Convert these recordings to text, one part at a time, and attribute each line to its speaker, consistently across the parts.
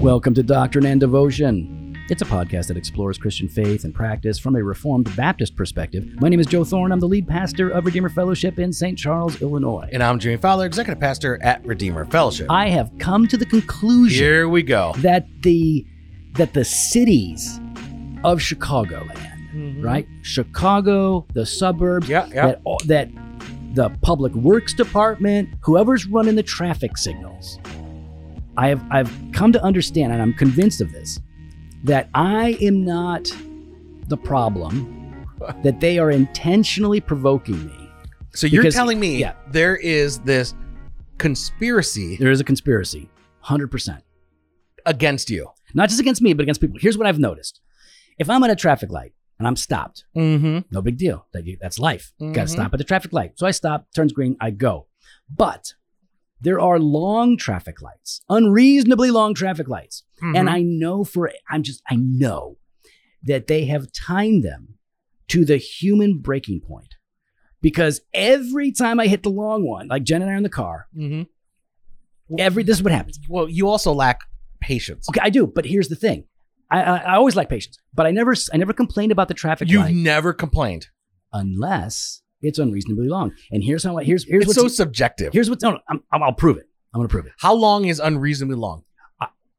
Speaker 1: Welcome to Doctrine and Devotion. It's a podcast that explores Christian faith and practice from a Reformed Baptist perspective. My name is Joe Thorne. I'm the lead pastor of Redeemer Fellowship in St. Charles, Illinois.
Speaker 2: And I'm Jimmy Fowler, Executive Pastor at Redeemer Fellowship.
Speaker 1: I have come to the conclusion
Speaker 2: Here we go.
Speaker 1: that the that the cities of Chicagoland, right? Chicago, the suburbs,
Speaker 2: Yeah, yeah.
Speaker 1: that all, that the public works department, whoever's running the traffic signals. I have I've come to understand and I'm convinced of this that I am not the problem that they are intentionally provoking me.
Speaker 2: So you're
Speaker 1: Because-
Speaker 2: telling me
Speaker 1: yeah.
Speaker 2: there is this conspiracy
Speaker 1: There is a conspiracy. 100%.
Speaker 2: against you.
Speaker 1: Not just against me, but against people. Here's what I've noticed. If I'm at a traffic light and I'm stopped,
Speaker 2: Mm-hmm.
Speaker 1: No big deal. That you, that's life. Got to
Speaker 2: Mhm.
Speaker 1: stop at the traffic light. So I stop, turns green, I go. But there are long traffic lights, unreasonably long traffic lights.
Speaker 2: Mm-hmm.
Speaker 1: And I know for, I'm just, I know that they have timed them to the human breaking point. Because every time I hit the long one, like Jen and I are in the car,
Speaker 2: hmm
Speaker 1: every, this is what happens.
Speaker 2: Well, you also lack patience.
Speaker 1: Okay, I do, but here's the thing. I, I, I always like patience, but I never, s- I never complained about the traffic
Speaker 2: You've
Speaker 1: light
Speaker 2: never complained.
Speaker 1: unless it's unreasonably long. And here's how I, here's, here's
Speaker 2: It's
Speaker 1: what's
Speaker 2: so subjective.
Speaker 1: Here's what's no, no I'm, I'm, I'll prove it. I'm going to prove it.
Speaker 2: How long is unreasonably long?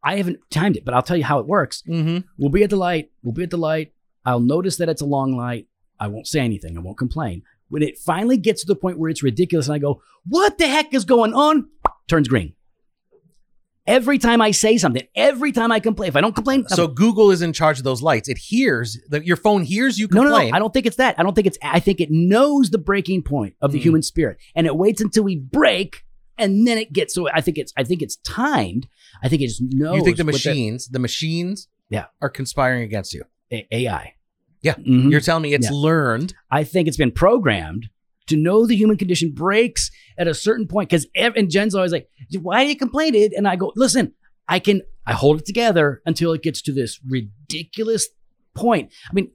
Speaker 1: I haven't timed it, but I'll tell you how it works.
Speaker 2: Mm-hmm.
Speaker 1: We'll be at the light. We'll be at the light. I'll notice that it's a long light. I won't say anything. I won't complain. When it finally gets to the point where it's ridiculous and I go, what the heck is going on? Turns green. Every time I say something, every time I complain, if I don't complain,
Speaker 2: So Google is in charge of those lights. It hears that your phone hears you
Speaker 1: no,
Speaker 2: complain.
Speaker 1: no, no, I don't think it's that. I don't think it's, I think it knows the breaking point of the
Speaker 2: Mm.
Speaker 1: human spirit and it waits until we break and then it gets, so I think it's, I think it's timed. I think it just knows.
Speaker 2: you think the
Speaker 1: what that-
Speaker 2: machines, the machines,
Speaker 1: Yeah.
Speaker 2: are conspiring against you?
Speaker 1: A- AI.
Speaker 2: Yeah.
Speaker 1: Mhm.
Speaker 2: You're telling me it's
Speaker 1: Yeah.
Speaker 2: learned.
Speaker 1: I think it's been programmed to know the human condition breaks at a certain point because ev- and Jen's always like, "Why do you complain?" It and I go, "Listen, I can I hold it together until it gets to this ridiculous point." I mean,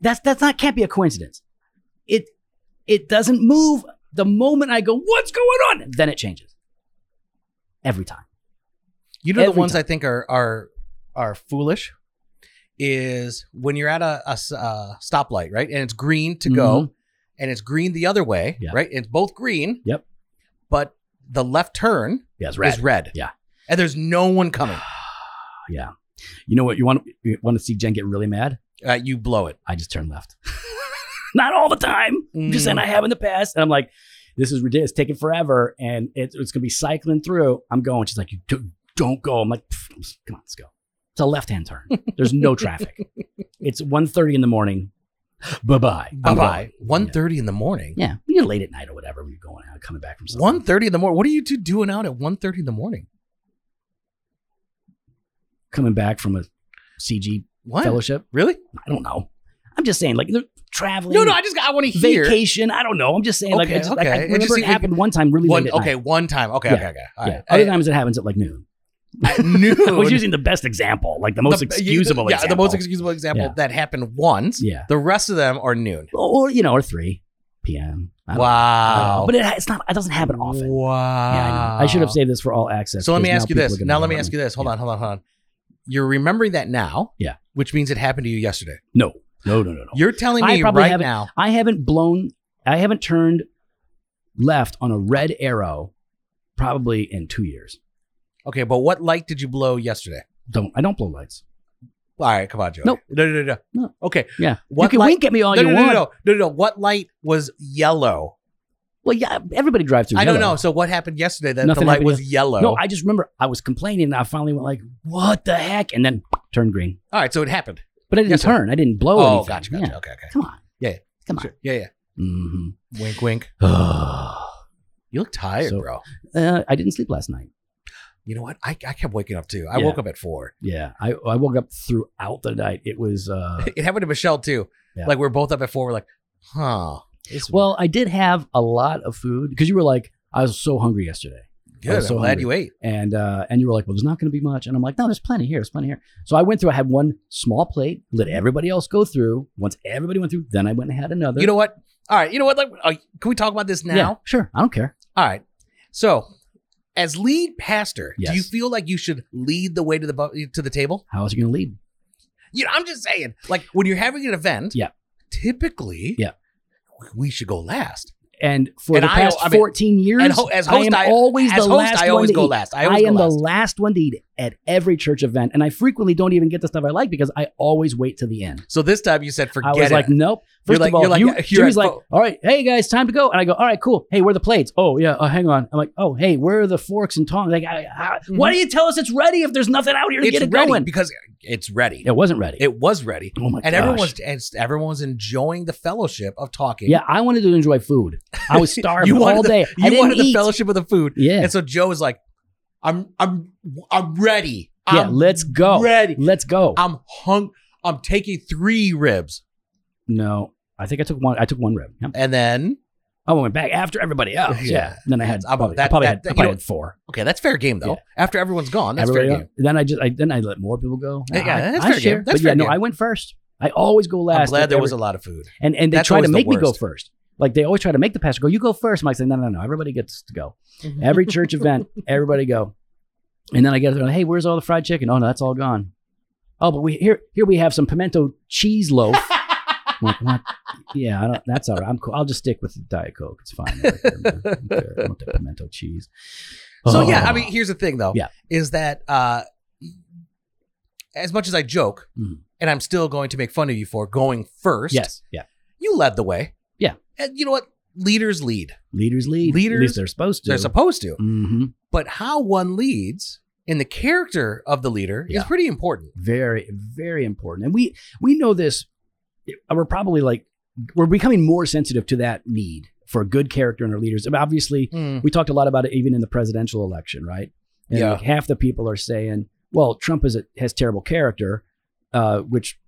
Speaker 1: that's that's not can't be a coincidence. It it doesn't move the moment I go, "What's going on?" Then it changes every time.
Speaker 2: You know
Speaker 1: Every
Speaker 2: the ones
Speaker 1: time.
Speaker 2: I think are are are foolish is when you're at a, a s- uh, stoplight, right? And it's green to go, and it's green the other way,
Speaker 1: Mm-hmm. Yeah.
Speaker 2: right? It's both green.
Speaker 1: Yep.
Speaker 2: But the left turn
Speaker 1: Yeah, it's red.
Speaker 2: is red.
Speaker 1: Yeah.
Speaker 2: And there's no one coming.
Speaker 1: yeah, you know what? You want you want to see Jen get really mad?
Speaker 2: Uh, you blow it.
Speaker 1: I just turn left. Not all the time. I'm Just saying I have in the past. And I'm like, this is ridiculous. It's taking forever. And it, it's going to be cycling through. I'm going. She's like, you do, don't go. I'm like, "Pfft, come on, let's go. It's a left hand turn. There's no traffic. It's 1.30 in the morning. Bye-bye. I'm
Speaker 2: Bye bye.
Speaker 1: going.
Speaker 2: Mm, One thirty in the morning.
Speaker 1: Yeah. You're late at night or whatever. You're going out, coming back from something.
Speaker 2: One thirty in the morning. What are you two doing out at one thirty in the morning?
Speaker 1: Coming back from a CG
Speaker 2: What?
Speaker 1: fellowship.
Speaker 2: Really?
Speaker 1: I don't know. I'm just saying, like, they're traveling.
Speaker 2: No, no. I just I want to hear.
Speaker 1: Vacation. I don't know. I'm just saying, like, I
Speaker 2: Okay,
Speaker 1: just, like, I
Speaker 2: okay. It
Speaker 1: remember
Speaker 2: just-
Speaker 1: it happened one time really
Speaker 2: One,
Speaker 1: late at night.
Speaker 2: okay, one time. Okay,
Speaker 1: Yeah.
Speaker 2: okay, okay. All
Speaker 1: Yeah.
Speaker 2: right.
Speaker 1: Other
Speaker 2: I-
Speaker 1: times it happens at like noon.
Speaker 2: at noon.
Speaker 1: I was using the best example, like the most
Speaker 2: The- you-
Speaker 1: excusable
Speaker 2: yeah,
Speaker 1: example.
Speaker 2: the most excusable example
Speaker 1: Yeah.
Speaker 2: that happened once.
Speaker 1: Yeah.
Speaker 2: The rest of them are noon.
Speaker 1: Or, you know, or 3 p.m. I don't- I don't know.
Speaker 2: Wow.
Speaker 1: But it, it's not, it doesn't happen often.
Speaker 2: Wow.
Speaker 1: Yeah, I, know. I should have saved this for all access.
Speaker 2: So let me
Speaker 1: because
Speaker 2: ask you
Speaker 1: people are
Speaker 2: this.
Speaker 1: gonna
Speaker 2: Now let me
Speaker 1: remember
Speaker 2: ask you this. Hold on, hold on, hold on. You're remembering that now.
Speaker 1: Yeah.
Speaker 2: Which means it happened to you yesterday.
Speaker 1: No, no, no, no, no.
Speaker 2: You're telling
Speaker 1: I
Speaker 2: me
Speaker 1: probably
Speaker 2: right
Speaker 1: haven't-
Speaker 2: now.
Speaker 1: I haven't blown, I haven't turned left on a red arrow probably in two years.
Speaker 2: Okay, but what light did you blow yesterday?
Speaker 1: Don't, I don't blow lights.
Speaker 2: All right, come on, Joe.
Speaker 1: Nope.
Speaker 2: No, no, no, no.
Speaker 1: No.
Speaker 2: Okay.
Speaker 1: Yeah. you
Speaker 2: What
Speaker 1: can
Speaker 2: light-
Speaker 1: wink at me all
Speaker 2: no,
Speaker 1: you
Speaker 2: no, no,
Speaker 1: want.
Speaker 2: no, no, no, no. What light was yellow?
Speaker 1: Well, yeah, everybody drives through.
Speaker 2: I don't
Speaker 1: yellow.
Speaker 2: know. So what happened yesterday that
Speaker 1: Nothing
Speaker 2: the light
Speaker 1: happened
Speaker 2: was yellow?
Speaker 1: No, I just remember I was complaining and I finally went like, what the heck? And then turned green.
Speaker 2: All right, so it happened.
Speaker 1: But I didn't
Speaker 2: Yes, sir.
Speaker 1: turn. I didn't blow
Speaker 2: oh,
Speaker 1: anything.
Speaker 2: gotcha,
Speaker 1: Yeah.
Speaker 2: gotcha. Okay, okay.
Speaker 1: Come on.
Speaker 2: Yeah.
Speaker 1: Come on.
Speaker 2: Sure. Yeah, yeah.
Speaker 1: hmm
Speaker 2: Wink, wink. You look tired,
Speaker 1: So-
Speaker 2: bro.
Speaker 1: uh, I didn't sleep last night.
Speaker 2: You know what? I, I kept waking up too. I
Speaker 1: Yeah.
Speaker 2: woke up at four.
Speaker 1: Yeah. I, I woke up throughout the night. It was, uh,
Speaker 2: It happened to Michelle too.
Speaker 1: Yeah.
Speaker 2: Like we're both up at four. We're like, huh. It's
Speaker 1: well, I did have a lot of food because you were like, I was so hungry yesterday.
Speaker 2: good.
Speaker 1: so
Speaker 2: I'm glad
Speaker 1: hungry.
Speaker 2: you ate.
Speaker 1: And, uh, and you were like, well, there's not going to be much. And I'm like, no, there's plenty here. There's plenty here. So I went through, I had one small plate, let everybody else go through. Once everybody went through, then I went and had another.
Speaker 2: You know what? All right. You know what? Like, uh, can we talk about this now?
Speaker 1: Yeah, sure. I don't care.
Speaker 2: All right. So as lead pastor, do you
Speaker 1: Yes.
Speaker 2: feel like you should lead the way to the bu- to the table?
Speaker 1: How is it going to lead?
Speaker 2: You know, I'm just saying, like when you're having an event,
Speaker 1: Yeah.
Speaker 2: typically,
Speaker 1: Yeah.
Speaker 2: we should go last.
Speaker 1: And for
Speaker 2: And
Speaker 1: the
Speaker 2: I-
Speaker 1: past
Speaker 2: I mean,
Speaker 1: 14 years,
Speaker 2: and ho- as host,
Speaker 1: I
Speaker 2: I-
Speaker 1: am always
Speaker 2: As
Speaker 1: the
Speaker 2: host,
Speaker 1: last
Speaker 2: I always
Speaker 1: one to
Speaker 2: go
Speaker 1: eat.
Speaker 2: last. I
Speaker 1: I,
Speaker 2: always
Speaker 1: am
Speaker 2: go
Speaker 1: the
Speaker 2: last.
Speaker 1: last one to eat at every church event, and I frequently don't even get the stuff I like because I always wait to the end.
Speaker 2: So this time you said, forget
Speaker 1: I was
Speaker 2: it.
Speaker 1: like, nope.
Speaker 2: You're
Speaker 1: First
Speaker 2: like-
Speaker 1: of all,
Speaker 2: you're like-
Speaker 1: you,
Speaker 2: you're
Speaker 1: Jimmy's
Speaker 2: like,
Speaker 1: like, all right, hey guys, time to go. And I go, all right, cool. Hey, where are the plates? Oh yeah, uh, hang on. I'm like, oh hey, where are the forks and tongs? Like, I, I, why do you tell us it's ready if there's nothing out here to
Speaker 2: Mm-hmm. it's
Speaker 1: get it
Speaker 2: ready
Speaker 1: going?
Speaker 2: because it's ready.
Speaker 1: It wasn't ready.
Speaker 2: It was ready.
Speaker 1: oh my
Speaker 2: And
Speaker 1: gosh.
Speaker 2: everyone was and everyone was enjoying the fellowship of talking.
Speaker 1: yeah, I wanted to enjoy food. I was starving
Speaker 2: You wanted
Speaker 1: all
Speaker 2: the-
Speaker 1: day. I
Speaker 2: you
Speaker 1: didn't
Speaker 2: wanted the
Speaker 1: eat.
Speaker 2: fellowship of the food.
Speaker 1: yeah,
Speaker 2: And so Joe is like, I'm I'm I'm ready.
Speaker 1: yeah.
Speaker 2: I'm
Speaker 1: let's go.
Speaker 2: ready.
Speaker 1: Let's go.
Speaker 2: I'm hung I'm taking three ribs.
Speaker 1: no, I think I took one. I took one rib. Yeah.
Speaker 2: And then
Speaker 1: I went back after everybody else.
Speaker 2: Yeah.
Speaker 1: Yeah. Then I had.
Speaker 2: How about
Speaker 1: probably, I
Speaker 2: that-
Speaker 1: probably
Speaker 2: that-
Speaker 1: had.
Speaker 2: that-
Speaker 1: I
Speaker 2: you
Speaker 1: probably
Speaker 2: know-
Speaker 1: had four.
Speaker 2: okay, that's fair game though.
Speaker 1: Yeah.
Speaker 2: After everyone's gone, that's
Speaker 1: Everybody
Speaker 2: fair
Speaker 1: else-
Speaker 2: game.
Speaker 1: Then I just. I, then I let more people go.
Speaker 2: Yeah, yeah,
Speaker 1: I-
Speaker 2: that's
Speaker 1: I
Speaker 2: fair game.
Speaker 1: share,
Speaker 2: That's
Speaker 1: but yeah,
Speaker 2: fair
Speaker 1: no,
Speaker 2: game.
Speaker 1: I went first. I always go last.
Speaker 2: I'm glad
Speaker 1: at
Speaker 2: there was a
Speaker 1: every-
Speaker 2: lot of food.
Speaker 1: And and they
Speaker 2: That's
Speaker 1: try to
Speaker 2: always the
Speaker 1: make me go
Speaker 2: worst.
Speaker 1: first. Like they always try to make the pastor go. You go first. Mike's like, no, no, no. Everybody gets to go. Every church event, everybody go. And then I get there. Hey, where's all the fried chicken? Oh no, that's all gone. Oh, but we here here we have some pimento cheese loaf. I'm like, what? Yeah, I don't, that's all right. I'm cool. I'll just stick with the diet coke. It's fine. I don't care. I don't care. I want the pimento cheese.
Speaker 2: So
Speaker 1: Oh.
Speaker 2: yeah, I mean, here's the thing though.
Speaker 1: Yeah.
Speaker 2: Is that uh as much as I joke,
Speaker 1: Mhm.
Speaker 2: and I'm still going to make fun of you for going first,
Speaker 1: yes, yeah.
Speaker 2: you led the way.
Speaker 1: Yeah.
Speaker 2: And you know what? Leaders lead.
Speaker 1: Leaders lead.
Speaker 2: Leaders-
Speaker 1: At least they're supposed to.
Speaker 2: They're supposed to.
Speaker 1: hmm
Speaker 2: But how one leads and the character of the leader
Speaker 1: Yeah.
Speaker 2: is pretty important.
Speaker 1: very very important and we we know this uh, we're probably like we're becoming more sensitive to that need for good character in our leaders and obviously
Speaker 2: Mm.
Speaker 1: we talked a lot about it even in the presidential election right and
Speaker 2: Yeah.
Speaker 1: like half the people are saying well trump is a, has terrible character uh, which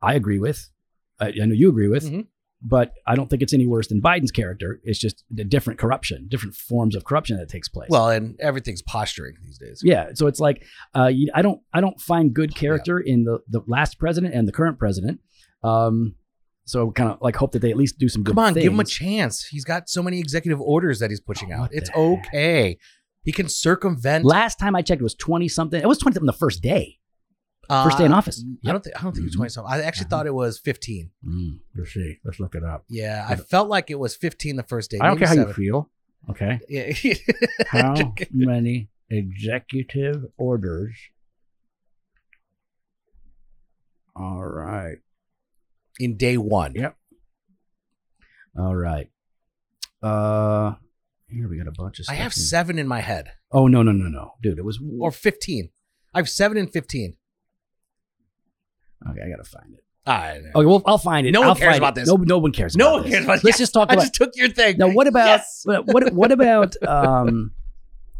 Speaker 1: i agree with i, I know you agree with
Speaker 2: Mhm.
Speaker 1: but i don't think it's any worse than biden's character it's just the different corruption different forms of corruption that takes place
Speaker 2: Well, and everything's posturing these days.
Speaker 1: yeah, so it's like uh, you, I don't I don't find good character in the the last president and the current president. Um, so kind of like hope that they at least do some good.
Speaker 2: Come on, give him a
Speaker 1: things.
Speaker 2: chance. He's got so many executive orders that he's pushing
Speaker 1: Oh,
Speaker 2: out.
Speaker 1: what
Speaker 2: It's
Speaker 1: the heck?
Speaker 2: okay. He can circumvent
Speaker 1: Last time I checked, it was twenty something. It was twenty something the first day,
Speaker 2: uh,
Speaker 1: first day in office.
Speaker 2: I don't think I don't think it was
Speaker 1: Mhm.
Speaker 2: twenty something. I actually
Speaker 1: Mhm.
Speaker 2: thought it was fifteen.
Speaker 1: Mm, let's see. Let's look it up.
Speaker 2: Yeah, I felt like it was fifteen the first day.
Speaker 1: I don't
Speaker 2: maybe
Speaker 1: care how you
Speaker 2: seven.
Speaker 1: feel. Okay,
Speaker 2: Yeah.
Speaker 1: how many executive orders? All right.
Speaker 2: in day one.
Speaker 1: Yeah. All right. Uh, here we got a bunch of.
Speaker 2: I
Speaker 1: Stuff
Speaker 2: have
Speaker 1: in-
Speaker 2: seven in my head.
Speaker 1: Oh no no no no, dude! It was
Speaker 2: Or fifteen. I have seven and fifteen.
Speaker 1: Okay, I gotta find it.
Speaker 2: I know.
Speaker 1: Okay, well, I'll find it.
Speaker 2: No one
Speaker 1: I'll
Speaker 2: cares
Speaker 1: find
Speaker 2: about
Speaker 1: it.
Speaker 2: this.
Speaker 1: No, no one cares.
Speaker 2: No
Speaker 1: about
Speaker 2: one
Speaker 1: this.
Speaker 2: cares about-
Speaker 1: Let's just talk
Speaker 2: I
Speaker 1: about.
Speaker 2: just took your thing.
Speaker 1: now, what about
Speaker 2: Yes.
Speaker 1: what, what what about um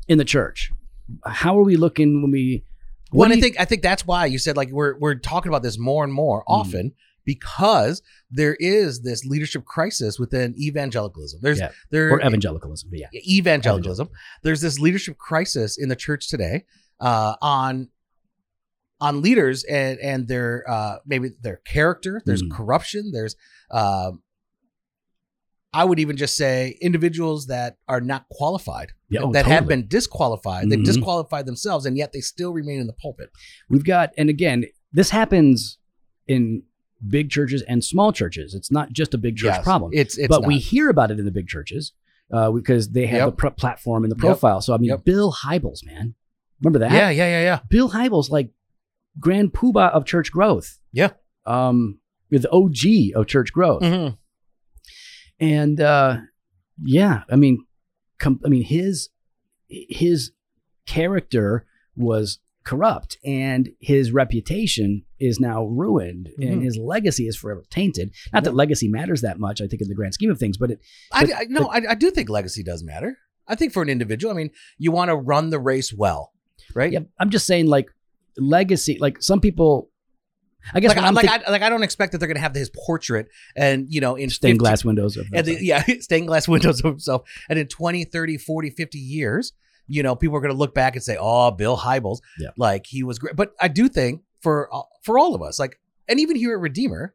Speaker 1: in the church? How are we looking when we?
Speaker 2: Well,
Speaker 1: What do
Speaker 2: and I
Speaker 1: you-
Speaker 2: think I think that's why you said like we're we're talking about this more and more
Speaker 1: Mm-hmm.
Speaker 2: often because there is this leadership crisis within evangelicalism. There's
Speaker 1: Yeah.
Speaker 2: there
Speaker 1: or evangelicalism? But yeah,
Speaker 2: evangelicalism. There's this leadership crisis in the church today uh, on on leaders and and their uh, maybe their character. There's
Speaker 1: Mm.
Speaker 2: corruption. There's um, I would even just say individuals that are not qualified
Speaker 1: yeah oh,
Speaker 2: that have
Speaker 1: totally.
Speaker 2: been disqualified. They've
Speaker 1: Mhm.
Speaker 2: disqualified themselves, and yet they still remain in the pulpit.
Speaker 1: We've got, and again, this happens in big churches and small churches. It's not just a big church
Speaker 2: Yes,
Speaker 1: problem.
Speaker 2: It's it's
Speaker 1: but
Speaker 2: not.
Speaker 1: we hear about it in the big churches uh, because they have
Speaker 2: Yep.
Speaker 1: the pr- platform and the
Speaker 2: Yep.
Speaker 1: profile. So I mean,
Speaker 2: Yep.
Speaker 1: Bill Hybels, man, remember that?
Speaker 2: yeah yeah yeah yeah
Speaker 1: Bill Hybels, like grand poobah of church growth.
Speaker 2: Yeah.
Speaker 1: Um, with the OG of church growth.
Speaker 2: Mm-hmm.
Speaker 1: And uh, yeah, I mean, com- I mean his his character was corrupt, and his reputation is now ruined,
Speaker 2: Mhm.
Speaker 1: and his legacy is forever tainted. Not that legacy matters that much, I think, in the grand scheme of things, but it,
Speaker 2: I,
Speaker 1: But-
Speaker 2: I no I, I do think legacy does matter. I think for an individual, I mean, you want to run the race well, right?
Speaker 1: yeah, I'm just saying, like legacy, like some people. I guess
Speaker 2: Like,
Speaker 1: what
Speaker 2: I,
Speaker 1: I'm
Speaker 2: like,
Speaker 1: thinking-
Speaker 2: I, like I don't expect that they're going to have his portrait and you know in
Speaker 1: stained
Speaker 2: 15
Speaker 1: glass windows of
Speaker 2: and the, yeah stained glass windows of himself and in 20 30 40 50 years you know people are going to look back and say oh bill hybels
Speaker 1: Yeah.
Speaker 2: uh, like he was great but i do think for for all of us like and even here at redeemer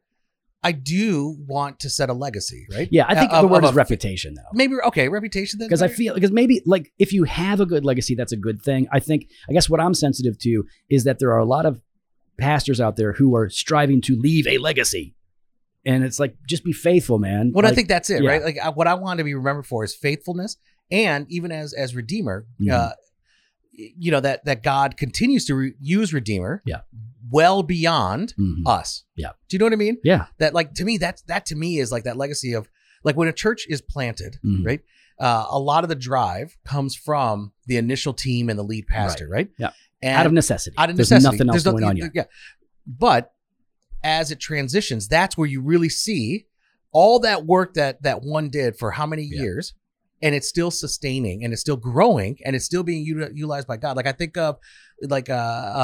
Speaker 2: I do want to set a legacy, right?
Speaker 1: Yeah, I think
Speaker 2: Uh,
Speaker 1: the
Speaker 2: of-
Speaker 1: word
Speaker 2: of
Speaker 1: is
Speaker 2: a-
Speaker 1: reputation, though.
Speaker 2: Maybe okay, reputation then.
Speaker 1: Because I feel because maybe like if you have a good legacy, that's a good thing. I think I guess what I'm sensitive to is that there are a lot of pastors out there who are striving to leave a legacy, and it's like just be faithful, man.
Speaker 2: Well, I
Speaker 1: Like,
Speaker 2: think that's it,
Speaker 1: yeah.
Speaker 2: right? Like I, what I want to be remembered for is faithfulness, and even as as Redeemer,
Speaker 1: Mhm.
Speaker 2: uh, y- you know that that God continues to re- use Redeemer,
Speaker 1: Yeah.
Speaker 2: well beyond
Speaker 1: Mhm.
Speaker 2: us.
Speaker 1: Yeah.
Speaker 2: do you know what I mean?
Speaker 1: Yeah.
Speaker 2: That like to me, that's that to me is like that legacy of like when a church is planted,
Speaker 1: Mhm.
Speaker 2: right? Uh, a lot of the drive comes from the initial team and the lead pastor, right?
Speaker 1: Yeah.
Speaker 2: and
Speaker 1: out of necessity.
Speaker 2: out of
Speaker 1: There's
Speaker 2: necessity.
Speaker 1: nothing else
Speaker 2: There's
Speaker 1: going on
Speaker 2: nothing-
Speaker 1: yet.
Speaker 2: Yeah. But as it transitions, that's where you really see all that work that that one did for how many
Speaker 1: Yeah.
Speaker 2: years, and it's still sustaining, and it's still growing, and it's still being uti- utilized by God. Like I think of like uh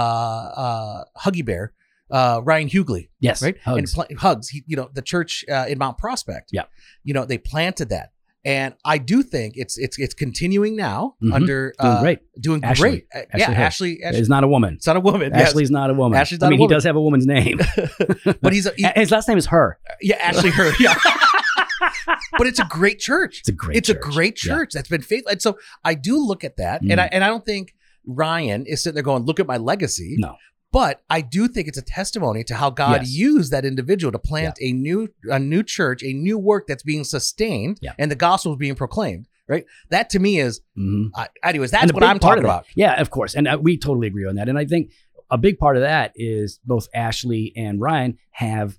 Speaker 2: uh, uh Huggy Bear, uh Ryan Hughley,
Speaker 1: Yes,
Speaker 2: right?
Speaker 1: Hugs.
Speaker 2: And pl- hugs. He, you know, the church uh, in Mount Prospect.
Speaker 1: Yeah.
Speaker 2: You know, they planted that. And I do think it's it's it's continuing now
Speaker 1: Mhm.
Speaker 2: under
Speaker 1: Doing
Speaker 2: uh,
Speaker 1: great.
Speaker 2: doing
Speaker 1: Ashley.
Speaker 2: great. Uh,
Speaker 1: Ashley
Speaker 2: yeah,
Speaker 1: Harris.
Speaker 2: Ashley, Ashley.
Speaker 1: Is not a woman.
Speaker 2: It's not a woman. yes.
Speaker 1: Ashley's not a woman.
Speaker 2: Ashley's
Speaker 1: I
Speaker 2: not
Speaker 1: mean,
Speaker 2: a woman.
Speaker 1: he does have a woman's name,
Speaker 2: but he's a, he-
Speaker 1: A- his last name is her.
Speaker 2: yeah, Ashley Hurd. Yeah. but it's a great church.
Speaker 1: It's a great.
Speaker 2: It's a
Speaker 1: church.
Speaker 2: great
Speaker 1: Yeah. Mm.
Speaker 2: church that's been faithful. And so I do look at that, and I and I don't think Ryan is sitting there going, "Look at my legacy."
Speaker 1: No.
Speaker 2: But I do think it's a testimony to how God
Speaker 1: Yes.
Speaker 2: used that individual to plant a new a new church, a new work that's being sustained,
Speaker 1: Yeah.
Speaker 2: and the gospel is being proclaimed. Right. That to me is,
Speaker 1: Mhm.
Speaker 2: I anyways.
Speaker 1: And
Speaker 2: That's
Speaker 1: a
Speaker 2: what
Speaker 1: big
Speaker 2: I'm
Speaker 1: part
Speaker 2: talking
Speaker 1: of that-
Speaker 2: about.
Speaker 1: Yeah, of course, and uh, we totally agree on that. And I think a big part of that is both Ashley and Ryan have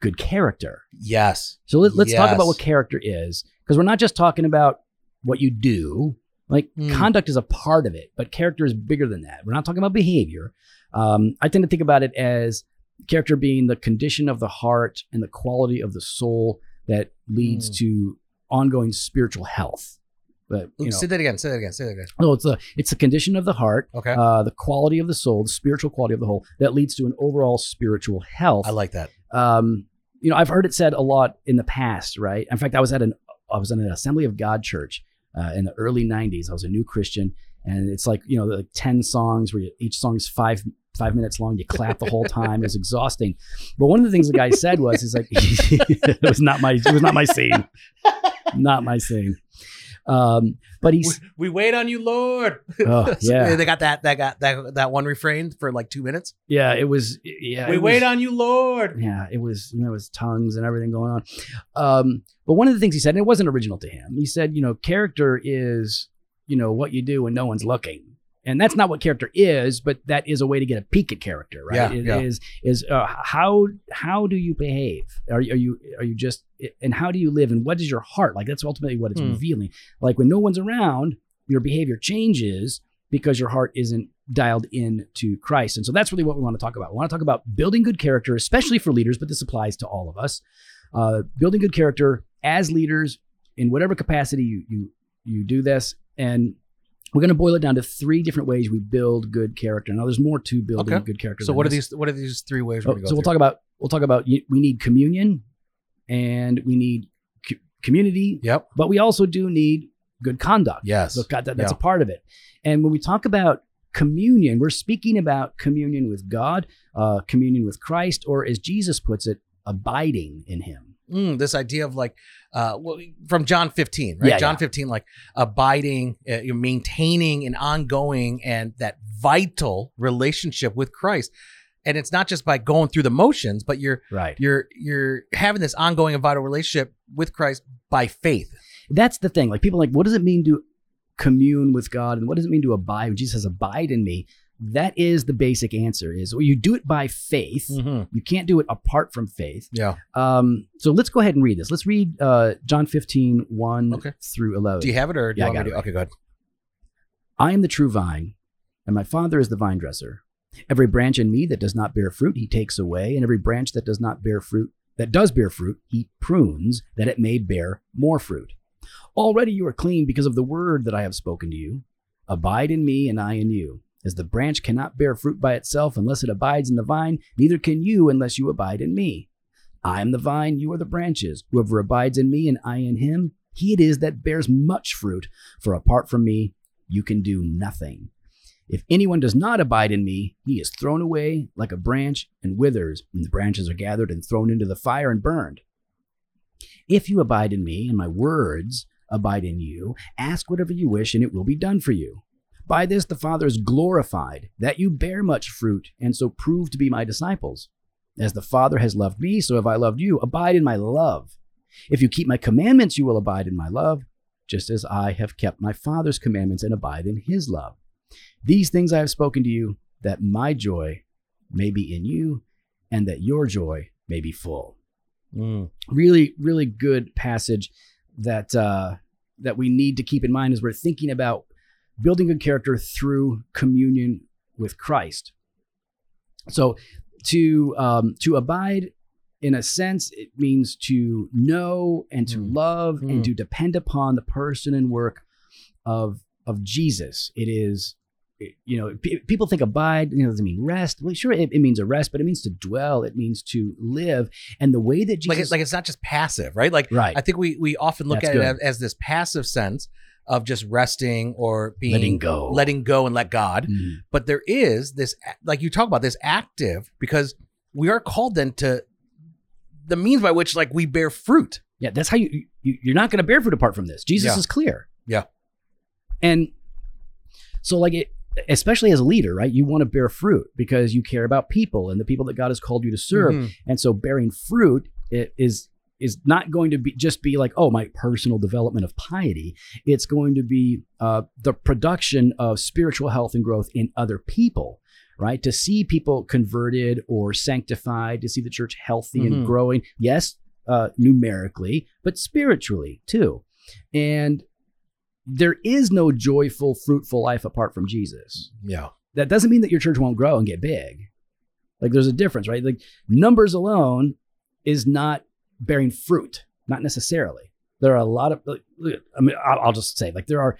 Speaker 1: good character.
Speaker 2: Yes.
Speaker 1: So let, let's talk
Speaker 2: Yes.
Speaker 1: about what character is, because we're not just talking about what you do. Like
Speaker 2: Mm.
Speaker 1: conduct is a part of it, but character is bigger than that. We're not talking about behavior. Um, I tend to think about it as character being the condition of the heart and the quality of the soul that leads
Speaker 2: Mm.
Speaker 1: to ongoing spiritual health. But you know,
Speaker 2: say that again. Say that again. Say that again.
Speaker 1: no, it's the it's the condition of the heart
Speaker 2: Okay.
Speaker 1: uh, the quality of the soul, the spiritual quality of the whole, that leads to an overall spiritual health.
Speaker 2: I like that.
Speaker 1: um, you know, I've heard it said a lot in the past, right? In fact, I was at an I was in an Assembly of God church uh, in the early '90s. I was a new Christian, and it's like you know, the like ten songs where you, each song's five five minutes long. You clap the whole time. It was exhausting. But one of the things the guy said was, "Is like it was not my it was not my scene, not my scene." Um, but
Speaker 2: We,
Speaker 1: he's
Speaker 2: we wait on you, Lord.
Speaker 1: oh,
Speaker 2: So
Speaker 1: yeah
Speaker 2: They got that that got that that one refrain for like two minutes.
Speaker 1: yeah it was yeah it
Speaker 2: we
Speaker 1: was-
Speaker 2: wait on you, Lord.
Speaker 1: yeah, it was you know, it was tongues and everything going on. Um, but one of the things he said, and it wasn't original to him, he said, you know, character is, you know, what you do when no one's looking. And that's not what character is, but that is a way to get a peek at character, right?
Speaker 2: Yeah,
Speaker 1: It
Speaker 2: yeah.
Speaker 1: is is uh, how how do you behave? Are, you- are you are you just and how do you live and what is your heart like? That's ultimately what it's
Speaker 2: Hmm.
Speaker 1: revealing. Like when no one's around, your behavior changes because your heart isn't dialed in to Christ. And so that's really what we want to talk about. We want to talk about building good character, especially for leaders, but this applies to all of us. Uh, building good character as leaders in whatever capacity you you you do this, and we're going to boil it down to three different ways we build good character. Now, there's more to building
Speaker 2: Okay.
Speaker 1: good character.
Speaker 2: So
Speaker 1: than
Speaker 2: what are
Speaker 1: this.
Speaker 2: these? What are these three ways?
Speaker 1: Oh,
Speaker 2: we're gonna go
Speaker 1: so we'll
Speaker 2: through?
Speaker 1: talk about we'll talk about you- we need communion, and we need co- community,
Speaker 2: Yep.
Speaker 1: but we also do need good conduct.
Speaker 2: Yes.
Speaker 1: Look, God, that, that's
Speaker 2: Yeah.
Speaker 1: a part of it. And when we talk about communion, we're speaking about communion with God, uh, communion with Christ, or as Jesus puts it, abiding in Him.
Speaker 2: Mm, this idea of like, uh, well, from John 15, right?
Speaker 1: Yeah,
Speaker 2: John
Speaker 1: yeah.
Speaker 2: 15, like abiding, uh, you're maintaining an ongoing and that vital relationship with Christ. And it's not just by going through the motions, but you're
Speaker 1: Right.
Speaker 2: you're you're having this ongoing and vital relationship with Christ by faith.
Speaker 1: That's the thing. Like people are like, what does it mean to commune with God, and what does it mean to abide? When Jesus says, "Abide in Me." That is the basic answer. Is well, you do it by faith.
Speaker 2: Mm-hmm.
Speaker 1: You can't do it apart from faith.
Speaker 2: Yeah.
Speaker 1: Um, so let's go ahead and read this. Let's read uh, John 15, 1
Speaker 2: Okay.
Speaker 1: through 11.
Speaker 2: Do you have it or do
Speaker 1: Yeah, I
Speaker 2: you want
Speaker 1: got
Speaker 2: me
Speaker 1: it
Speaker 2: to? Okay, go ahead.
Speaker 1: I am the true vine, and my Father is the vine dresser. Every branch in me that does not bear fruit, he takes away, and every branch that does not bear fruit, that does bear fruit, he prunes, that it may bear more fruit. Already you are clean because of the word that I have spoken to you. Abide in me, and I in you. As the branch cannot bear fruit by itself unless it abides in the vine, neither can you unless you abide in me. I am the vine, you are the branches. Whoever abides in me, and I in him, he it is that bears much fruit, for apart from me, you can do nothing. If anyone does not abide in me, he is thrown away like a branch and withers, and the branches are gathered and thrown into the fire and burned. If you abide in me, and my words abide in you, ask whatever you wish, and it will be done for you. By this the Father is glorified, that you bear much fruit, and so prove to be my disciples. As the Father has loved me, so have I loved you. Abide in my love. If you keep my commandments, you will abide in my love, just as I have kept my Father's commandments and abide in his love. These things I have spoken to you, that my joy may be in you, and that your joy may be full.
Speaker 2: Mm.
Speaker 1: Really, really good passage that uh, that we need to keep in mind as we're thinking about building good character through communion with Christ. So, to um, to abide, in a sense, it means to know and to
Speaker 2: Mm.
Speaker 1: love and
Speaker 2: Mm.
Speaker 1: to depend upon the person and work of of Jesus. It is. it- You know, pe- people think abide, you know, does it mean rest? Well, sure, it, it means a rest, but it means to dwell. It means to live. And the way that
Speaker 2: Like,
Speaker 1: Jesus,
Speaker 2: it, like it's not just passive, right? Like
Speaker 1: right,
Speaker 2: I think we we often look
Speaker 1: That's
Speaker 2: at it
Speaker 1: good.
Speaker 2: as, as this passive sense of just resting or being
Speaker 1: letting go,
Speaker 2: letting go and let God.
Speaker 1: Mm.
Speaker 2: But there is this, like you talk about, this active because we are called then to the means by which like we bear fruit.
Speaker 1: Yeah, that's how you, you you're not going to bear fruit apart from this. Jesus
Speaker 2: Yeah.
Speaker 1: is clear.
Speaker 2: Yeah.
Speaker 1: And so like it especially as a leader, right? You want to bear fruit because you care about people and the people that God has called you to serve.
Speaker 2: Mhm.
Speaker 1: And so bearing fruit i- is is not going to be just be like, oh, my personal development of piety. It's going to be uh, the production of spiritual health and growth in other people, right? To see people converted or sanctified, to see the church healthy
Speaker 2: Mhm.
Speaker 1: and growing. Yes, uh, numerically, but spiritually too. And there is no joyful, fruitful life apart from Jesus
Speaker 2: Yeah.
Speaker 1: that doesn't mean that your church won't grow and get big. Like there's a difference, right? Like numbers alone is not bearing fruit, not necessarily. There are a lot of, like, look, I mean, I'll I'll just say, like there are,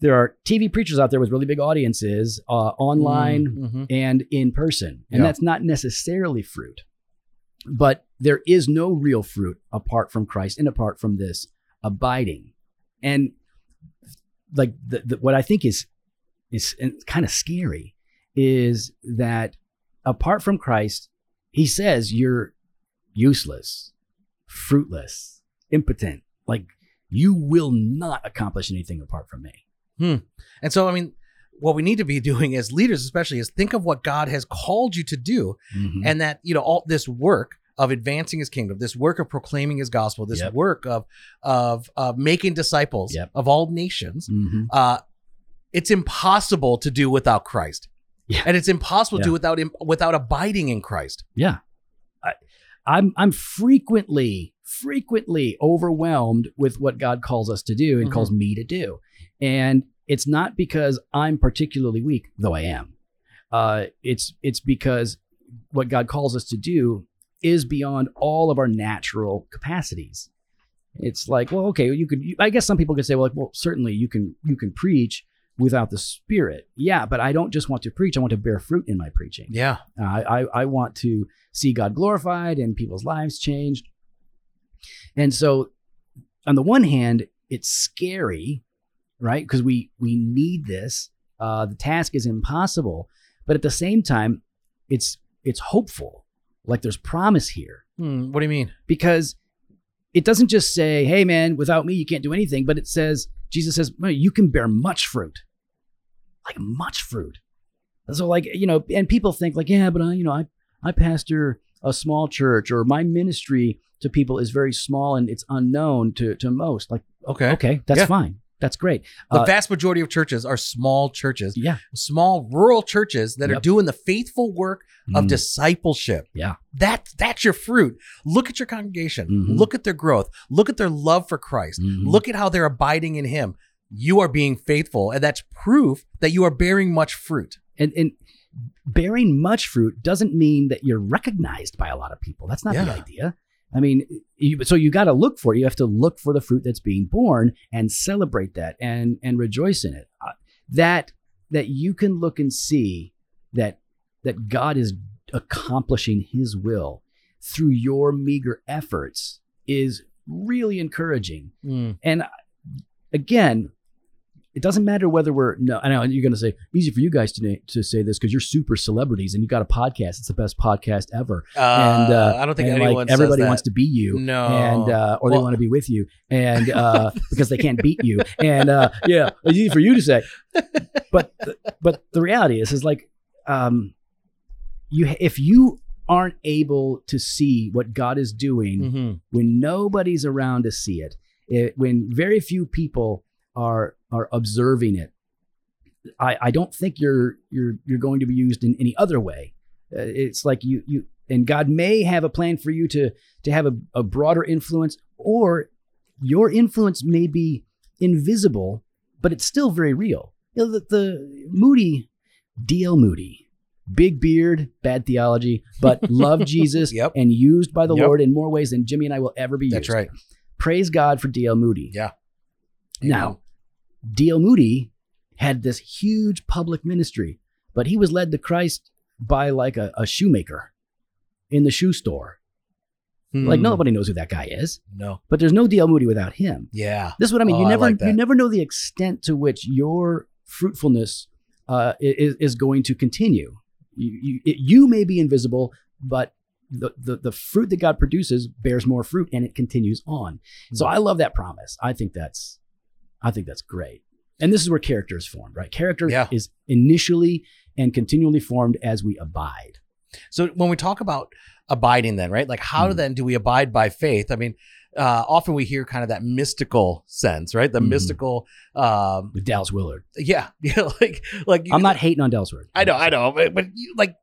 Speaker 1: there are TV preachers out there with really big audiences uh, online
Speaker 2: Mhm.
Speaker 1: and in person, and
Speaker 2: Yeah.
Speaker 1: that's not necessarily fruit. But there is no real fruit apart from Christ and apart from this abiding, and like the, the, what I think is is kind of scary is that apart from Christ, he says you're useless, fruitless, impotent. Like you will not accomplish anything apart from me.
Speaker 2: And so, I mean, what we need to be doing as leaders, especially, is think of what God has called you to do,
Speaker 1: Mm-hmm.
Speaker 2: and that you know all this work of advancing His kingdom, this work of proclaiming His gospel, this
Speaker 1: Yep.
Speaker 2: work of of uh, making disciples
Speaker 1: Yep.
Speaker 2: of all nations.
Speaker 1: Mhm.
Speaker 2: Uh, it's impossible to do without Christ,
Speaker 1: Yeah.
Speaker 2: and it's impossible to
Speaker 1: Yeah.
Speaker 2: do without him, without abiding in Christ.
Speaker 1: Yeah. I, I'm I'm frequently frequently overwhelmed with what God calls us to do and
Speaker 2: Mhm.
Speaker 1: calls me to do. And it's not because I'm particularly weak, though I am. Uh, it's it's because what God calls us to do is beyond all of our natural capacities. It's like, well, okay, you could. You, I guess some people could say, well, like, well, certainly you can you can preach without the Spirit. Yeah, but I don't just want to preach; I want to bear fruit in my preaching.
Speaker 2: Yeah,
Speaker 1: Uh, I, I I want to see God glorified and people's lives changed. And so, on the one hand, it's scary, right? Because we we need this. Uh, the task is impossible, but at the same time, it's it's hopeful. Like there's promise here
Speaker 2: Hmm, what do you mean?
Speaker 1: because it doesn't just say, "Hey, man, without me, you can't do anything," but it says Jesus says, "No, "You can bear much fruit, like much fruit." And So, like you know, and people think like, "Yeah, but I, you know, I I pastor a small church, or my ministry to people is very small and it's unknown to to most." Like,
Speaker 2: Okay,
Speaker 1: okay, that's
Speaker 2: Yeah.
Speaker 1: fine, that's great.
Speaker 2: the
Speaker 1: uh,
Speaker 2: vast majority of churches are small churches,
Speaker 1: Yeah,
Speaker 2: small rural churches that are
Speaker 1: Yep.
Speaker 2: doing the faithful work of
Speaker 1: Mm.
Speaker 2: discipleship.
Speaker 1: Yeah.
Speaker 2: That that's your fruit. Look at your congregation.
Speaker 1: Mhm.
Speaker 2: Look at their growth. Look at their love for Christ.
Speaker 1: Mhm.
Speaker 2: Look at how they're abiding in him. You are being faithful, and that's proof that you are bearing much fruit.
Speaker 1: and and bearing much fruit doesn't mean that you're recognized by a lot of people. That's not the
Speaker 2: Yeah.
Speaker 1: idea. I mean, you, so you got to look for it. You have to look for the fruit that's being born and celebrate that and and rejoice in it. Uh, That that you can look and see that that God is accomplishing His will through your meager efforts
Speaker 2: Mm.
Speaker 1: is really encouraging. And again, it doesn't matter whether we're no. I know you're going to say easy for you guys to na- to say this because you're super celebrities and you got a podcast. It's the best podcast ever. and uh,
Speaker 2: I don't think
Speaker 1: and,
Speaker 2: anyone.
Speaker 1: like,
Speaker 2: says
Speaker 1: everybody
Speaker 2: that.
Speaker 1: wants to be you.
Speaker 2: No.
Speaker 1: and uh, or they
Speaker 2: Well-
Speaker 1: want to be with you, and uh, because they can't beat you, and uh, yeah, it's easy for you to say. But but the reality is is like um, you if you aren't able to see what God is doing
Speaker 2: Mhm.
Speaker 1: when nobody's around to see it, it- when very few people are are observing it i i don't think you're you're you're going to be used in any other way Uh, it's like you you and god may have a plan for you to to have a, a broader influence or your influence may be invisible but it's still very real you know the, the moody dl moody big beard bad theology but loved jesus
Speaker 2: Yep.
Speaker 1: and used by the
Speaker 2: Yep.
Speaker 1: lord in more ways than jimmy and i will ever be
Speaker 2: That's
Speaker 1: used
Speaker 2: right.
Speaker 1: praise God for D.L. Moody.
Speaker 2: Yeah.
Speaker 1: Now, D.L. Moody had this huge public ministry, but he was led to Christ by like a, a shoemaker in the shoe store. Like
Speaker 2: Mm.
Speaker 1: nobody knows who that guy is,
Speaker 2: No.
Speaker 1: but there's no D.L. Moody without him.
Speaker 2: Yeah.
Speaker 1: This is what I mean.
Speaker 2: Oh,
Speaker 1: you
Speaker 2: I
Speaker 1: never
Speaker 2: like that.
Speaker 1: you never know the extent to which your fruitfulness uh, i- is is going to continue. You, you, it, you may be invisible, but the, the the fruit that God produces bears more fruit, and it continues on. So
Speaker 2: Mm.
Speaker 1: I love that promise. I think that's I think that's great. And this is where character is formed, right? Character
Speaker 2: Yeah.
Speaker 1: is initially and continually formed as we abide.
Speaker 2: So when we talk about abiding, then right, like how
Speaker 1: Mm.
Speaker 2: then do we abide by faith? I mean, uh, often we hear kind of that mystical sense, right? The
Speaker 1: Mhm.
Speaker 2: mystical, um,
Speaker 1: With Dallas Willard,
Speaker 2: yeah, yeah, like like you-
Speaker 1: I'm not hating on Dallas Willard.
Speaker 2: I know, I know, but, but you, like,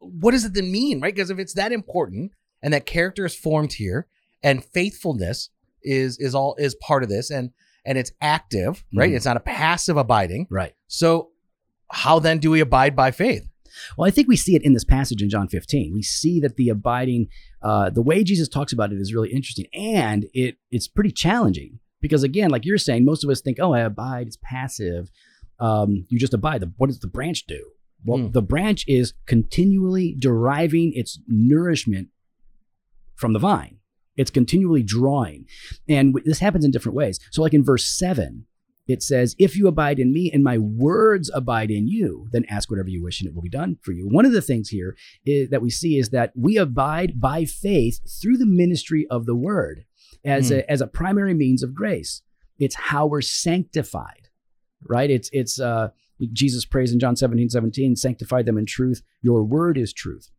Speaker 2: what does it then mean, right? Because if it's that important and that character is formed here, and faithfulness is is all is part of this, and and it's active, right?
Speaker 1: Mhm.
Speaker 2: It's not a passive abiding.
Speaker 1: right.
Speaker 2: So how then do we abide by faith?
Speaker 1: Well, I think we see it in this passage in John 15. We see that the abiding, uh, the way Jesus talks about it is really interesting, and it it's pretty challenging because again, like you're saying, most of us think, "Oh, I abide; it's passive. Um, you just abide." The, what does the branch do? Well,
Speaker 2: Hmm.
Speaker 1: the branch is continually deriving its nourishment from the vine. It's continually drawing, and w- this happens in different ways. So, like in verse seven, it says, If you abide in me and my words abide in you, then ask whatever you wish and it will be done for you. One of the things here is, that we see is that we abide by faith through the ministry of the word as, a, as a primary means of grace. It's how we're sanctified, right? It's, it's, uh, Jesus prays in John 17, 17, sanctify them in truth. Your word is truth.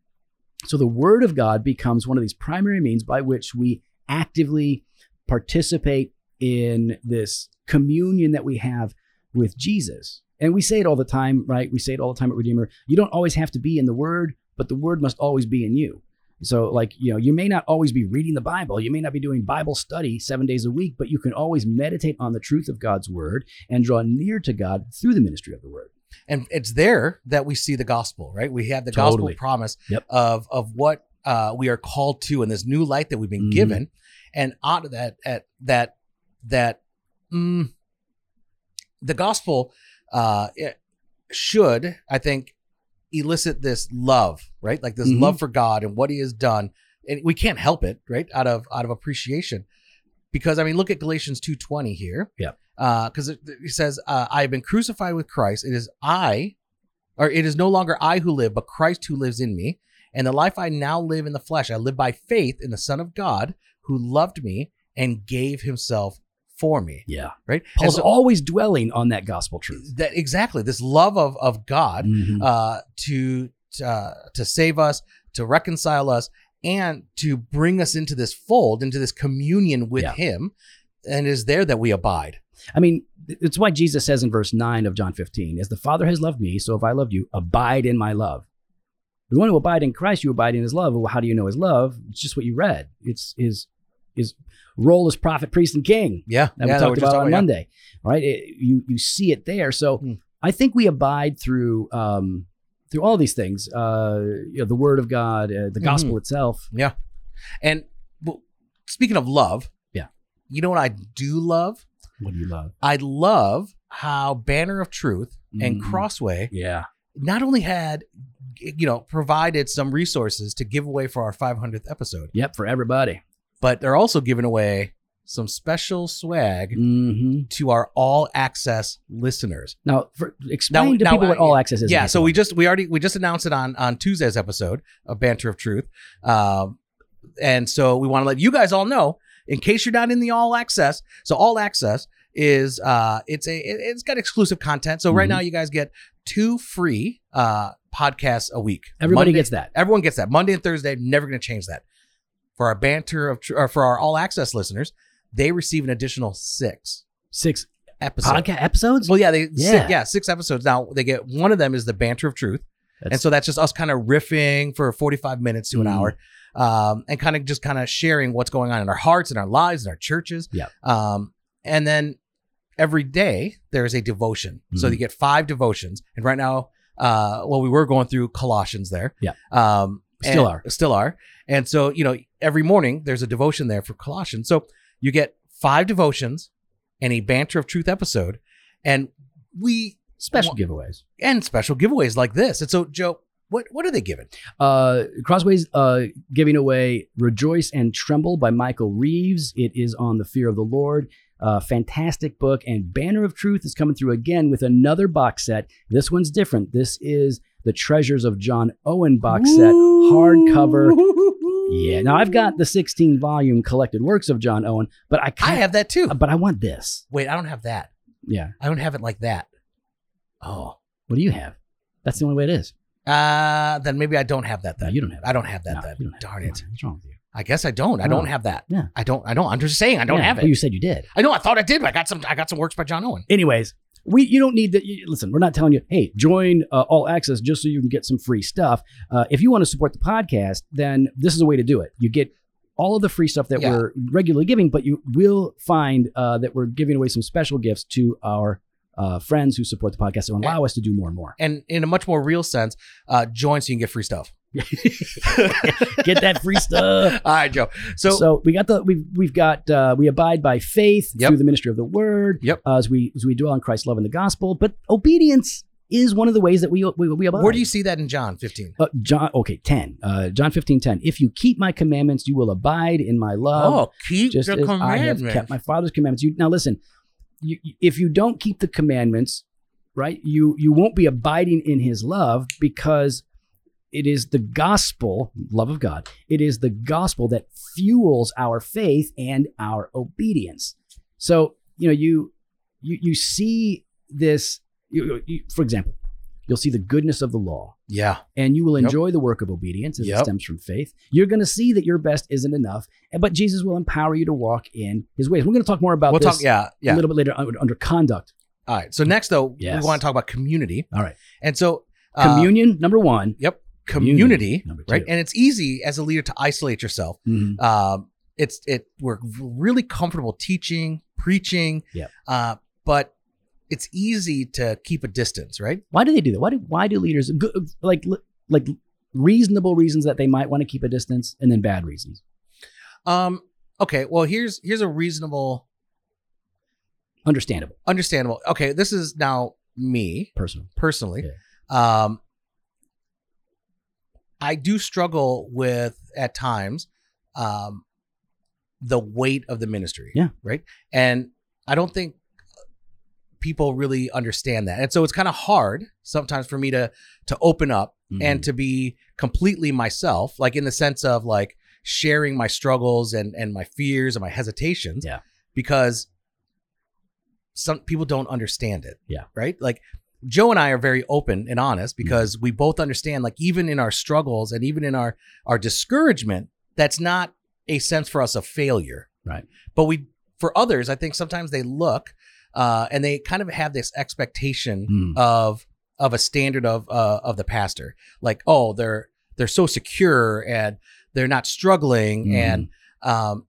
Speaker 1: So the word of God becomes one of these primary means by which we actively participate in this communion that we have with Jesus. And we say it all the time, right? We say it all the time at Redeemer. You don't always have to be in the Word, but the Word must always be in you. So, like, you know, you may not always be reading the Bible. You may not be doing Bible study seven days a week, but you can always meditate on the truth of God's Word and draw near to God through the ministry of the Word.
Speaker 2: and it's there that we see the gospel right we have the
Speaker 1: Totally.
Speaker 2: gospel promise
Speaker 1: Yep.
Speaker 2: of of what uh, we are called to in this new light that we've been
Speaker 1: Mhm.
Speaker 2: given and out of that at that that mm, the gospel uh, it should i think elicit this love right like this
Speaker 1: Mhm.
Speaker 2: love for god and what he has done and we can't help it right out of out of appreciation because i mean look at galatians 2.20 here
Speaker 1: Yep.
Speaker 2: because it, it says uh, i have been crucified with christ it is i or it is no longer i who live but christ who lives in me and the life i now live in the flesh i live by faith in the son of god who loved me and gave himself for me
Speaker 1: Yeah.
Speaker 2: right And
Speaker 1: Paul's
Speaker 2: so
Speaker 1: always dwelling on that gospel truth.
Speaker 2: that exactly this love of of god
Speaker 1: Mhm.
Speaker 2: uh, to uh, to save us, to reconcile us, and to bring us into this fold, into this communion with
Speaker 1: Yeah.
Speaker 2: Him, and it is there that we abide.
Speaker 1: I mean, it's why Jesus says in verse 9 of John 15, as the Father has loved me, so if I loved you, abide in my love. You want to abide in Christ, you abide in his love. Well, how do you know his love? It's just what you read. It's his his role as prophet, priest, and king
Speaker 2: Yeah,
Speaker 1: that
Speaker 2: yeah,
Speaker 1: we
Speaker 2: that
Speaker 1: talked
Speaker 2: we're just
Speaker 1: about on
Speaker 2: talking about,
Speaker 1: Monday. All right. It- you you see it there. So
Speaker 2: Hmm.
Speaker 1: I think we abide through um through all these things. Uh you know, the word of God, uh, the gospel
Speaker 2: Mm-hmm.
Speaker 1: itself.
Speaker 2: yeah. And well, speaking of love,
Speaker 1: Yeah.
Speaker 2: you know what I do love?
Speaker 1: What do you love?
Speaker 2: I love how Banner of Truth and
Speaker 1: Mm.
Speaker 2: Crossway
Speaker 1: Yeah.
Speaker 2: not only had you know provided some resources to give away for our 500th episode
Speaker 1: Yep, for everybody.
Speaker 2: but they're also giving away some special swag
Speaker 1: hmm
Speaker 2: to our all access listeners.
Speaker 1: Now, for, explain to
Speaker 2: now,
Speaker 1: people what
Speaker 2: uh,
Speaker 1: all access is.
Speaker 2: yeah, so we just we already we just announced it on on Tuesday's episode of Banter of Truth, um, and so we want to let you guys all know in case you're not in the all access. So all access is uh it's a it- it's got exclusive content. So right
Speaker 1: Mhm.
Speaker 2: now you guys get two free uh podcasts a week.
Speaker 1: everybody
Speaker 2: Monday-
Speaker 1: gets that.
Speaker 2: Everyone gets that. Monday and Thursday, never going to change that. For our banter of tr- or for our all access listeners, they receive an additional six
Speaker 1: Six
Speaker 2: episodes.
Speaker 1: podcast episodes.
Speaker 2: Well, yeah, they yeah.
Speaker 1: Yeah.
Speaker 2: Six, yeah six episodes. Now they get one of them is the banter of truth, and
Speaker 1: That's-
Speaker 2: so that's just us kind of riffing for forty five minutes to an
Speaker 1: Mm.
Speaker 2: hour, um, and kind of just kind of sharing what's going on in our hearts and our lives and our churches.
Speaker 1: Yeah.
Speaker 2: Um, and then every day there is a devotion, so
Speaker 1: Mhm.
Speaker 2: you get five devotions, and right now, uh, well, we were going through Colossians there.
Speaker 1: Yeah.
Speaker 2: Um,
Speaker 1: Still
Speaker 2: and-
Speaker 1: are.
Speaker 2: still are, and so you know every morning there's a devotion there for Colossians. So you get five devotions and a banter of truth episode, and we
Speaker 1: special
Speaker 2: Well-
Speaker 1: giveaways.
Speaker 2: and special giveaways like this. And so, Joe, what what are they giving?
Speaker 1: Uh, Crossways uh, giving away Rejoice and Tremble by Michael Reeves. It is on the fear of the Lord. Uh, fantastic book. And Banner of Truth is coming through again with another box set. This one's different. This is the Treasures of John Owen box set, hardcover. Yeah. Now I've got the 16 volume collected works of John Owen, but I
Speaker 2: I
Speaker 1: can't,
Speaker 2: have that too.
Speaker 1: but I want this.
Speaker 2: Wait, I don't have that.
Speaker 1: Yeah.
Speaker 2: I don't have it like that. Oh,
Speaker 1: What do you have? That's the only way it is.
Speaker 2: uh, then maybe I don't have that.
Speaker 1: No,
Speaker 2: Then
Speaker 1: you don't have
Speaker 2: I don't have that.
Speaker 1: No,
Speaker 2: then
Speaker 1: you don't have
Speaker 2: darn
Speaker 1: Come
Speaker 2: it.
Speaker 1: on, What's wrong with you?
Speaker 2: I guess I don't. I
Speaker 1: No.
Speaker 2: don't have that.
Speaker 1: Yeah.
Speaker 2: I don't. I don't. I'm just saying. I don't
Speaker 1: Yeah,
Speaker 2: have it.
Speaker 1: but You said you did.
Speaker 2: I know. I thought I did. But I got some. I got some works by John Owen.
Speaker 1: anyways we you don't need to you- listen we're not telling you hey join uh, all access just so you can get some free stuff uh, if you want to support the podcast then this is a way to do it you get all of the free stuff that
Speaker 2: Yeah.
Speaker 1: we're regularly giving but you will find uh, that we're giving away some special gifts to our uh, friends who support the podcast and allow us to do more and more
Speaker 2: And in a much more real sense, uh, join so you can get free stuff.
Speaker 1: get that free stuff
Speaker 2: All right, Joe. So,
Speaker 1: So, we got the we've we've got uh, we abide by faith
Speaker 2: Yep.
Speaker 1: through the ministry of the word.
Speaker 2: Yep.
Speaker 1: uh, as we as we dwell on Christ's love and the gospel, but obedience is one of the ways that we we, we abide.
Speaker 2: where do you see that in John 15?
Speaker 1: Uh, John okay ten uh, John fifteen ten. If you keep my commandments, you will abide in my love.
Speaker 2: keep
Speaker 1: Um, just as I have kept my Father's commandments. You now listen. You, if you don't keep the commandments, right, you you won't be abiding in His love because it is the gospel, love of God. It is the gospel that fuels our faith and our obedience. So you know you you you see this. You, you, for example, you'll see the goodness of the law
Speaker 2: yeah.
Speaker 1: and you will
Speaker 2: Yep.
Speaker 1: enjoy the work of obedience as
Speaker 2: Yep.
Speaker 1: it stems from faith. You're going to see that your best isn't enough, but Jesus will empower you to walk in His ways. We're going to talk more about
Speaker 2: we'll
Speaker 1: this
Speaker 2: talk. Yeah,
Speaker 1: a
Speaker 2: yeah.
Speaker 1: little bit later under, under conduct.
Speaker 2: All right. So next, though,
Speaker 1: Yes.
Speaker 2: we want to talk about community.
Speaker 1: All right,
Speaker 2: And so uh,
Speaker 1: communion number one,
Speaker 2: Yep.
Speaker 1: Community,
Speaker 2: Community.
Speaker 1: number two.
Speaker 2: Right. And it's easy as a leader to isolate yourself.
Speaker 1: Mhm.
Speaker 2: Um, it's it. We're really comfortable teaching, preaching.
Speaker 1: Yep.
Speaker 2: Uh, but it's easy to keep a distance, right?
Speaker 1: Why do they do that? Why do why do leaders go- like like reasonable reasons that they might want to keep a distance, and then bad reasons?
Speaker 2: Um. Okay. Well, here's here's a reasonable,
Speaker 1: Understandable,
Speaker 2: understandable. Okay. This is now me
Speaker 1: personal.
Speaker 2: personally. Um. I do struggle with at times um, the weight of the ministry.
Speaker 1: Yeah.
Speaker 2: Right. And I don't think people really understand that. And so it's kind of hard sometimes for me to to open up
Speaker 1: Mm-hmm.
Speaker 2: and to be completely myself, like in the sense of like sharing my struggles and and my fears and my hesitations.
Speaker 1: Yeah.
Speaker 2: Because some people don't understand it.
Speaker 1: Yeah. Mm-hmm.
Speaker 2: Right? Like Joe and I are very open and honest because we both understand like even in our struggles and even in our our discouragement, that's not a sense for us of failure.
Speaker 1: Right.
Speaker 2: But we for others, I think sometimes they look uh and they kind of have this expectation
Speaker 1: Mm.
Speaker 2: of of a standard of uh, of the pastor like oh they're they're so secure and they're not struggling
Speaker 1: Mhm.
Speaker 2: and um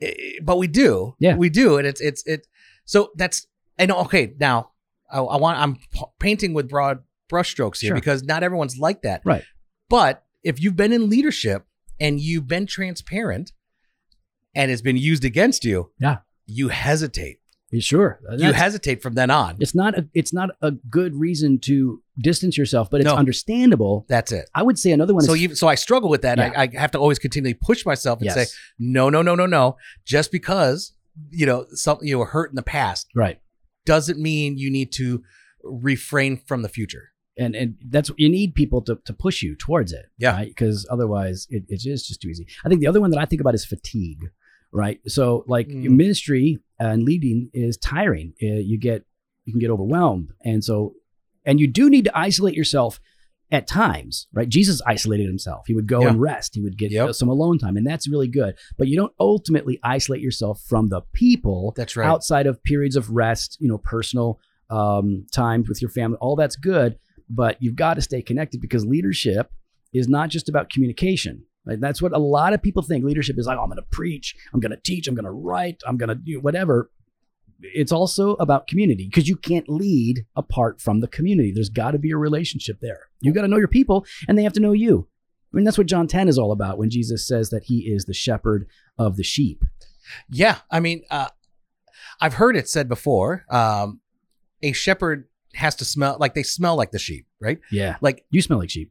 Speaker 2: i- i- but we do
Speaker 1: Yeah.
Speaker 2: we do and it's it's it so that's and okay now i, I want i'm p- painting with broad brushstrokes here
Speaker 1: Sure.
Speaker 2: because not everyone's like that
Speaker 1: Right.
Speaker 2: but if you've been in leadership and you've been transparent and it's been used against you
Speaker 1: Yeah.
Speaker 2: you hesitate
Speaker 1: Mm-hmm. Yeah, Sure.
Speaker 2: you
Speaker 1: That's-
Speaker 2: hesitate from then on.
Speaker 1: it's not a it's not a good reason to distance yourself, but it's
Speaker 2: No.
Speaker 1: understandable.
Speaker 2: That's it.
Speaker 1: I would say another one
Speaker 2: So
Speaker 1: is
Speaker 2: even so, I struggle with that.
Speaker 1: Yeah.
Speaker 2: I, I have to always continually push myself and
Speaker 1: yes,
Speaker 2: say, no, no, no, no, no. Just because you know something you were hurt in the past
Speaker 1: right.
Speaker 2: doesn't mean you need to refrain from the future.
Speaker 1: and and that's you need people to, to push you towards it
Speaker 2: Yeah.
Speaker 1: because otherwise it, it is just too easy i think the other one that i think about is fatigue right so like
Speaker 2: Mm.
Speaker 1: ministry and leading is tiring Uh, you get you can get overwhelmed and so and you do need to isolate yourself at times right jesus isolated himself he would go
Speaker 2: Yeah.
Speaker 1: and rest he would get uh,
Speaker 2: Yep.
Speaker 1: some alone time and that's really good but you don't ultimately isolate yourself from the people
Speaker 2: That's right.
Speaker 1: outside of periods of rest, you know, personal um, times with your family, all that's good. But you've got to stay connected because leadership is not just about communication. Right? That's what a lot of people think. Leadership is like, oh, I'm going to preach, I'm going to teach, I'm going to write, I'm going to do whatever. It's also about community because you can't lead apart from the community. There's got to be a relationship there. You got to know your people and they have to know you. I mean, that's what John 10 is all about when Jesus says that he is the shepherd of the sheep.
Speaker 2: Yeah, I mean, uh, I've heard it said before. Um, a shepherd has to smell like they smell like the sheep, right?
Speaker 1: Yeah.
Speaker 2: Like,
Speaker 1: You smell like sheep.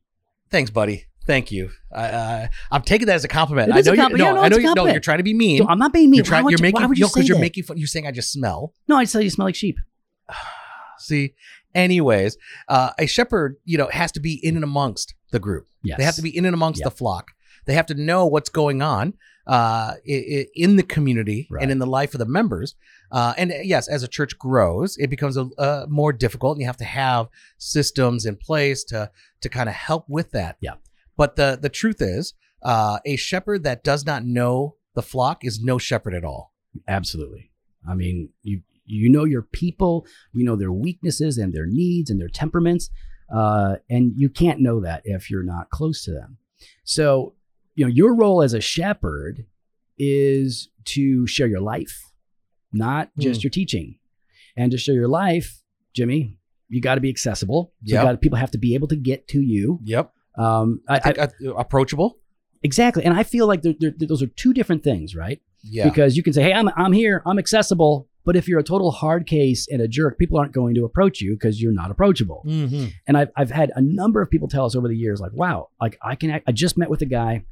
Speaker 2: thanks, buddy. Thank you. I uh, I'm taking that as a compliment.
Speaker 1: It
Speaker 2: I
Speaker 1: is a
Speaker 2: know
Speaker 1: compliment.
Speaker 2: you.
Speaker 1: Yeah,
Speaker 2: No,
Speaker 1: no,
Speaker 2: I know
Speaker 1: it's a
Speaker 2: you. No,
Speaker 1: compliment.
Speaker 2: you're trying to be mean.
Speaker 1: Dude, I'm not being mean.
Speaker 2: you're trying.
Speaker 1: why would
Speaker 2: You're
Speaker 1: you,
Speaker 2: making.
Speaker 1: why would you
Speaker 2: no,
Speaker 1: say
Speaker 2: because you're
Speaker 1: that?
Speaker 2: making fun. You're saying I just smell.
Speaker 1: No, I'd say you smell like sheep.
Speaker 2: See. Anyways, uh, a shepherd, you know, has to be in and amongst the group.
Speaker 1: Yes.
Speaker 2: They have to be in and amongst
Speaker 1: Yeah.
Speaker 2: the flock. They have to know what's going on uh, i- i- in the community
Speaker 1: Right.
Speaker 2: and in the life of the members. Uh, and uh, yes, as a church grows, it becomes a, uh, more difficult, and you have to have systems in place to to kind of help with that.
Speaker 1: Yeah.
Speaker 2: But the the truth is, uh, a shepherd that does not know the flock is no shepherd at all.
Speaker 1: Absolutely. I mean, you you know your people, you know their weaknesses and their needs and their temperaments, uh, and you can't know that if you're not close to them. So, you know, your role as a shepherd is to share your life, not just
Speaker 2: Hmm.
Speaker 1: your teaching, and to share your life, Jimmy. You got to be accessible. So
Speaker 2: Yep.
Speaker 1: you got people have to be able to get to you.
Speaker 2: Yep.
Speaker 1: Um, I, I,
Speaker 2: uh, approachable.
Speaker 1: exactly, and I feel like they're, they're, those are two different things, right?
Speaker 2: Yeah.
Speaker 1: because you can say, "Hey, I'm I'm here, I'm accessible." But if you're a total hard case and a jerk, people aren't going to approach you because you're not approachable.
Speaker 2: mm-hmm.
Speaker 1: And I've I've had a number of people tell us over the years, like, "Wow, like I can." act- I just met with a guy,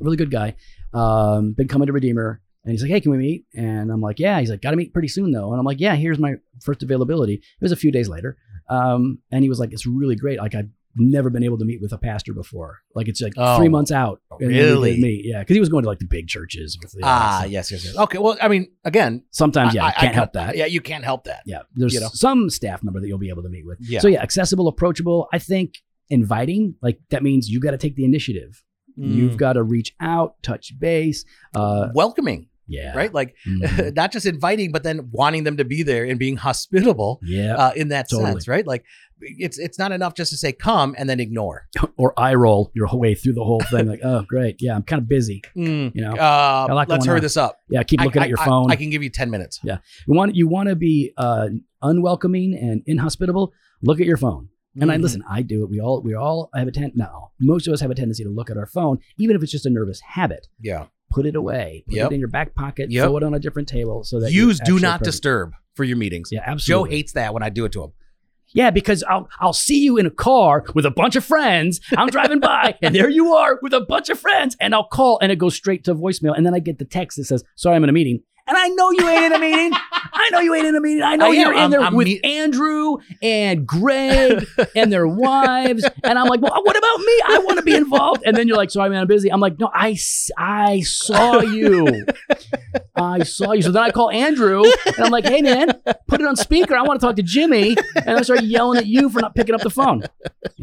Speaker 1: really good guy, um, been coming to Redeemer, and he's like, "Hey, can we meet?" And I'm like, "Yeah." He's like, "Got to meet pretty soon though," and I'm like, "Yeah, here's my first availability." It was a few days later, um, and he was like, "It's really great. Like I've never been able to meet with a pastor before. Like it's like
Speaker 2: Oh,
Speaker 1: three months out, and then we
Speaker 2: really?
Speaker 1: did meet. Yeah, because he was going to like the big churches. with the-
Speaker 2: Ah, yes, yes, yes. Okay. Well, I mean, again,
Speaker 1: Sometimes, yeah,
Speaker 2: I-
Speaker 1: I,
Speaker 2: I-
Speaker 1: can't
Speaker 2: I-
Speaker 1: help that. Yeah.
Speaker 2: yeah, you can't help that.
Speaker 1: There's
Speaker 2: You know.
Speaker 1: some staff member that you'll be able to meet with.
Speaker 2: Yeah.
Speaker 1: So, yeah, accessible, approachable. I think inviting, like that means you got to take the initiative.
Speaker 2: mm,
Speaker 1: You've got to reach out, touch base. Uh,
Speaker 2: welcoming,
Speaker 1: yeah.
Speaker 2: right? Like
Speaker 1: Mhm.
Speaker 2: not just inviting, but then wanting them to be there and being hospitable
Speaker 1: yeah.
Speaker 2: uh, in that
Speaker 1: Totally.
Speaker 2: sense, right? Like it's it's not enough just to say come and then ignore.
Speaker 1: or eye roll your whole way through the whole thing. Like, oh, great. Yeah. I'm kind of busy. You know,
Speaker 2: Uh,
Speaker 1: Got a lot
Speaker 2: let's
Speaker 1: going
Speaker 2: hurry
Speaker 1: on.
Speaker 2: this up.
Speaker 1: yeah. Keep
Speaker 2: I-
Speaker 1: looking
Speaker 2: I-
Speaker 1: at your
Speaker 2: I-
Speaker 1: phone.
Speaker 2: I, can give you ten minutes.
Speaker 1: you want you want to be uh, unwelcoming and inhospitable. Look at your phone. And I
Speaker 2: Mhm.
Speaker 1: listen. I do it. We all we all have a ten. No, most of us have a tendency to look at our phone, even if it's just a nervous habit.
Speaker 2: Yeah.
Speaker 1: put it away, put
Speaker 2: Yep.
Speaker 1: it in your back pocket,
Speaker 2: Yep.
Speaker 1: throw it on a different table so that
Speaker 2: Use
Speaker 1: you're
Speaker 2: do
Speaker 1: actually
Speaker 2: not
Speaker 1: present.
Speaker 2: disturb for your meetings.
Speaker 1: Yeah,
Speaker 2: Joe
Speaker 1: absolutely.
Speaker 2: hates that when I do it to him.
Speaker 1: yeah, because I'll I'll see you in a car with a bunch of friends. I'm driving by, and there you are with a bunch of friends, and I'll call, and it goes straight to voicemail, and then I get the text that says, "Sorry, I'm in a meeting." And I know you ain't in a meeting. I know you ain't in a meeting. I know
Speaker 2: I am.
Speaker 1: you're in
Speaker 2: I'm-
Speaker 1: there
Speaker 2: I'm
Speaker 1: with
Speaker 2: meet-
Speaker 1: Andrew and Greg and their wives. And I'm like, well, what about me? I want to be involved. And then you're like, sorry, man, I'm busy. I'm like, no, I, s- I saw you. I saw you. So then I call Andrew and I'm like, hey, man, put it on speaker. I want to talk to Jimmy. And I start yelling at you for not picking up the phone.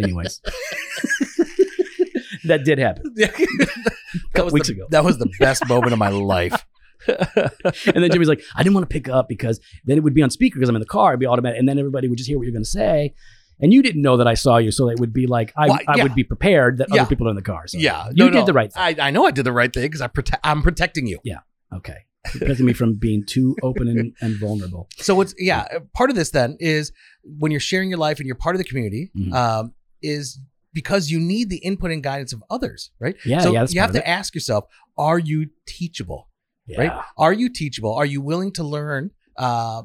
Speaker 1: Anyways, that did happen.
Speaker 2: that was
Speaker 1: Weeks
Speaker 2: the,
Speaker 1: ago.
Speaker 2: That was the best moment of my life.
Speaker 1: And then Jimmy's like, I didn't want to pick up because then it would be on speaker because I'm in the car. It'd be automatic. And then everybody would just hear what you're going to say. And you didn't know that I saw you. So it would be like, I,
Speaker 2: Why,
Speaker 1: I
Speaker 2: yeah.
Speaker 1: would be prepared that
Speaker 2: Yeah.
Speaker 1: other people are in the car. So
Speaker 2: Yeah.
Speaker 1: You
Speaker 2: No,
Speaker 1: did
Speaker 2: no.
Speaker 1: the right thing.
Speaker 2: I, I know I did the right thing because I prote- I'm protecting you.
Speaker 1: Okay. Protecting me from being too open and, and vulnerable.
Speaker 2: So what's yeah, part of this then is when you're sharing your life and you're part of the community
Speaker 1: Mhm.
Speaker 2: um, is because you need the input and guidance of others, right?
Speaker 1: Yeah.
Speaker 2: so
Speaker 1: yeah. That's
Speaker 2: you have
Speaker 1: part
Speaker 2: to
Speaker 1: of
Speaker 2: ask yourself, are you teachable?
Speaker 1: it.
Speaker 2: right?
Speaker 1: Yeah.
Speaker 2: Are you teachable? Are you willing to learn uh, uh,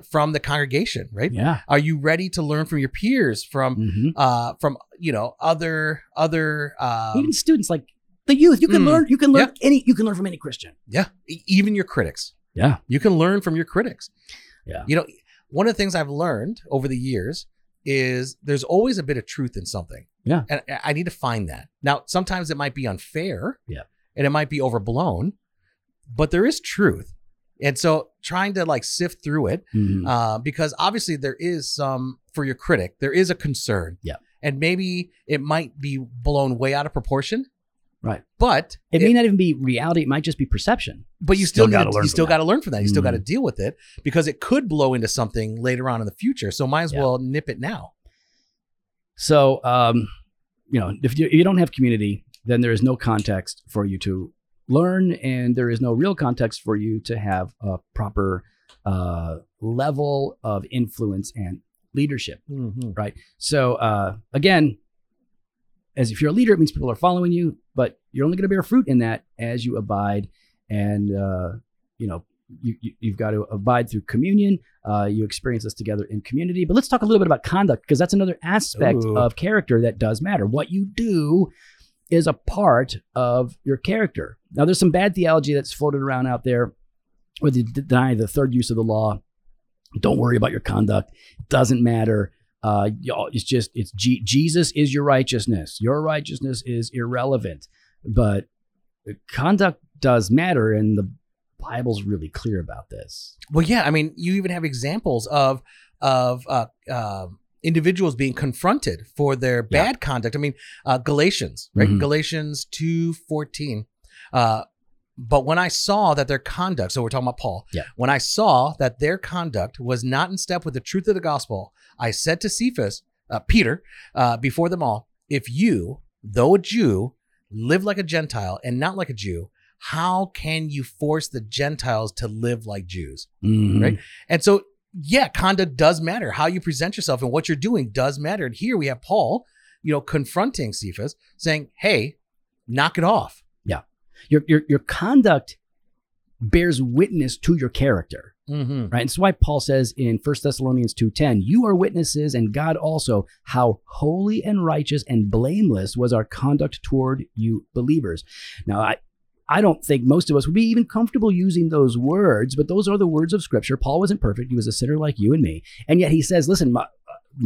Speaker 2: from the congregation, right?
Speaker 1: Yeah.
Speaker 2: Are you ready to learn from your peers, from
Speaker 1: Mhm.
Speaker 2: uh, from you know other other um,
Speaker 1: Even students like the youth, you can
Speaker 2: Mm.
Speaker 1: learn. You can learn any. You can learn from any Christian.
Speaker 2: yeah, e- even your critics.
Speaker 1: Yeah.
Speaker 2: you can learn from your critics.
Speaker 1: Yeah.
Speaker 2: you know, one of the things I've learned over the years is there's always a bit of truth in something.
Speaker 1: Yeah.
Speaker 2: and I- I need to find that. Now, sometimes it might be unfair.
Speaker 1: Yeah.
Speaker 2: and it might be overblown, but there is truth, and so trying to like sift through it
Speaker 1: Mhm.
Speaker 2: uh, because obviously there is some for your critic there is a concern
Speaker 1: Yeah.
Speaker 2: and maybe it might be blown way out of proportion
Speaker 1: Right.
Speaker 2: but
Speaker 1: it
Speaker 2: it,
Speaker 1: may not even be reality. It might just be perception.
Speaker 2: but you
Speaker 1: still
Speaker 2: still,
Speaker 1: gotta
Speaker 2: got to
Speaker 1: learn from
Speaker 2: you still
Speaker 1: that.
Speaker 2: got to learn from that you still got to
Speaker 1: Mhm.
Speaker 2: deal with it because it could blow into something later on in the future so might as
Speaker 1: Yeah.
Speaker 2: well nip it now
Speaker 1: So, um, you know, if you, you don't have community, then there is no context for you to learn, and there is no real context for you to have a proper uh, level of influence and leadership. So, uh, again, as if you're a leader, it means people are following you, but you're only going to bear fruit in that as you abide, and uh, you know. You, you, you've got to abide through communion. Uh, you experience this together in community. But let's talk a little bit about conduct because that's another aspect
Speaker 2: Ooh.
Speaker 1: of character that does matter. What you do is a part of your character. Now, there's some bad theology that's floated around out there where they deny the third use of the law. Don't worry about your conduct. It doesn't matter. Uh, y'all, it's just it's Je- Jesus is your righteousness. Your righteousness is irrelevant, but conduct does matter, and the Bible's really clear about this.
Speaker 2: well yeah i mean you even have examples of of uh, um individuals being confronted for their
Speaker 1: Yeah.
Speaker 2: bad conduct i mean uh, galatians right
Speaker 1: Mhm.
Speaker 2: galatians 2.14 uh, but when i saw that their conduct so we're talking about paul
Speaker 1: Yeah.
Speaker 2: when i saw that their conduct was not in step with the truth of the gospel i said to cephas uh, peter uh, before them all if you though a jew live like a gentile and not like a jew how can you force the gentiles to live like jews Right. and so, yeah, conduct does matter. How you present yourself and what you're doing does matter. And here we have Paul, you know, confronting Cephas, saying, "Hey, knock it off."
Speaker 1: Your your your conduct bears witness to your character.
Speaker 2: Mm-hmm.
Speaker 1: right? And so why Paul says in 1 Thessalonians 2:10, "You are witnesses and God also how holy and righteous and blameless was our conduct toward you believers." Now, I I don't think most of us would be even comfortable using those words, but those are the words of scripture. Paul wasn't perfect, he was a sinner like you and me. And yet he says, "Listen, my,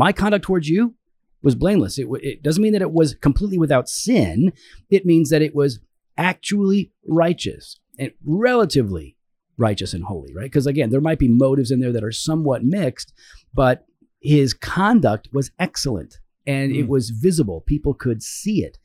Speaker 1: my conduct towards you was blameless. It, w- it doesn't mean that it was completely without sin. It means that it was actually righteous and relatively righteous and holy, right? Because again, there might be motives in there that are somewhat mixed, but his conduct was excellent and it
Speaker 2: Mm.
Speaker 1: was visible. People could see it.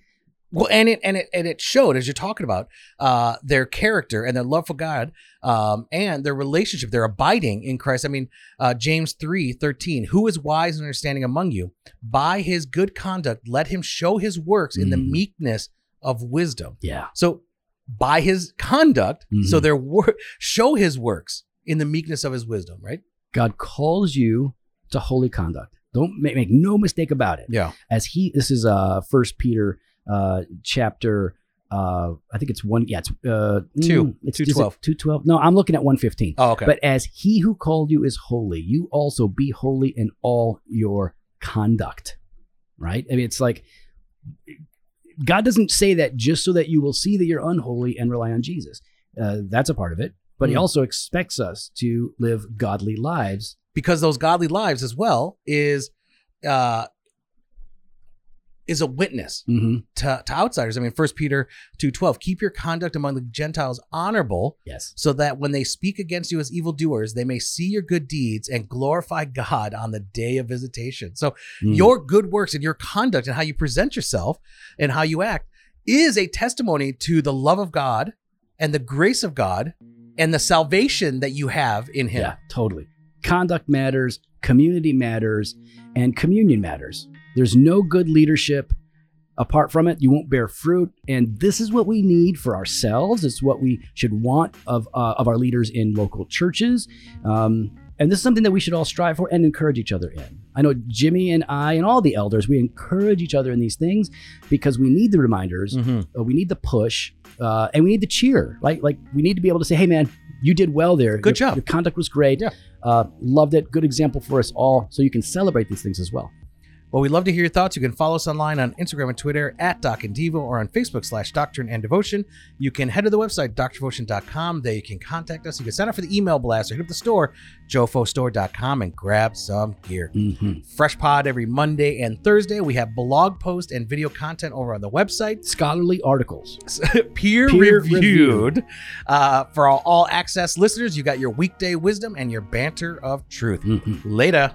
Speaker 2: Well, and it and it and it showed as you're talking about uh, their character and their love for God um, and their relationship, their abiding in Christ. I mean, uh, James three thirteen, who is wise and understanding among you? By his good conduct, let him show his works in the
Speaker 1: Mhm.
Speaker 2: meekness of wisdom.
Speaker 1: Yeah.
Speaker 2: So by his conduct,
Speaker 1: Mhm.
Speaker 2: so their wor- show his works in the meekness of his wisdom, right?
Speaker 1: God calls you to holy conduct. Don't make, make no mistake about it.
Speaker 2: Yeah.
Speaker 1: As he, this is uh First Peter uh chapter uh I think it's one. Yeah, it's uh
Speaker 2: Two.
Speaker 1: mm, It's
Speaker 2: 2:12.
Speaker 1: Two twelve. No, I'm looking at one fifteen.
Speaker 2: Oh, okay.
Speaker 1: But as he who called you is holy, you also be holy in all your conduct. Right? I mean, it's like God doesn't say that just so that you will see that you're unholy and rely on Jesus. Uh, that's a part of it. But he
Speaker 2: Hmm.
Speaker 1: also expects us to live godly lives.
Speaker 2: because those godly lives as well is uh is a witness
Speaker 1: Mm-hmm.
Speaker 2: to, to outsiders. I mean, First Peter two twelve, keep your conduct among the Gentiles honorable,
Speaker 1: Yes.
Speaker 2: so that when they speak against you as evildoers, they may see your good deeds and glorify God on the day of visitation. So
Speaker 1: Hmm.
Speaker 2: your good works and your conduct and how you present yourself and how you act is a testimony to the love of God and the grace of God and the salvation that you have in
Speaker 1: yeah.
Speaker 2: Him.
Speaker 1: totally. Conduct matters, community matters, and communion matters. There's no good leadership apart from it. You won't bear fruit, and this is what we need for ourselves. It's what we should want of uh, of our leaders in local churches. Um, and this is something that we should all strive for and encourage each other in. I know Jimmy and I and all the elders, we encourage each other in these things because we need the reminders
Speaker 2: Mm-hmm.
Speaker 1: uh, we need the push uh, and we need the cheer like like we need to be able to say hey man you did well there.
Speaker 2: Good
Speaker 1: Your-
Speaker 2: job.
Speaker 1: Your conduct was great.
Speaker 2: Yeah.
Speaker 1: Uh, loved it. Good example for us all. So you can celebrate these things as well.
Speaker 2: Well, we'd love to hear your thoughts. You can follow us online on Instagram and Twitter at Doc and Devo or on Facebook slash Doctrine and Devotion. You can head to the website, drdevotion.com. There you can contact us. You can sign up for the email blast or hit up the store, jofostore.com, and grab some gear.
Speaker 1: Mm-hmm.
Speaker 2: Fresh pod every Monday and Thursday. We have blog post and video content over on the website.
Speaker 1: Scholarly articles.
Speaker 2: peer, reviewed
Speaker 1: Peer-reviewed.
Speaker 2: uh, for all, all access listeners. You got your weekday wisdom and your banter of truth.
Speaker 1: Mm-hmm.
Speaker 2: Later.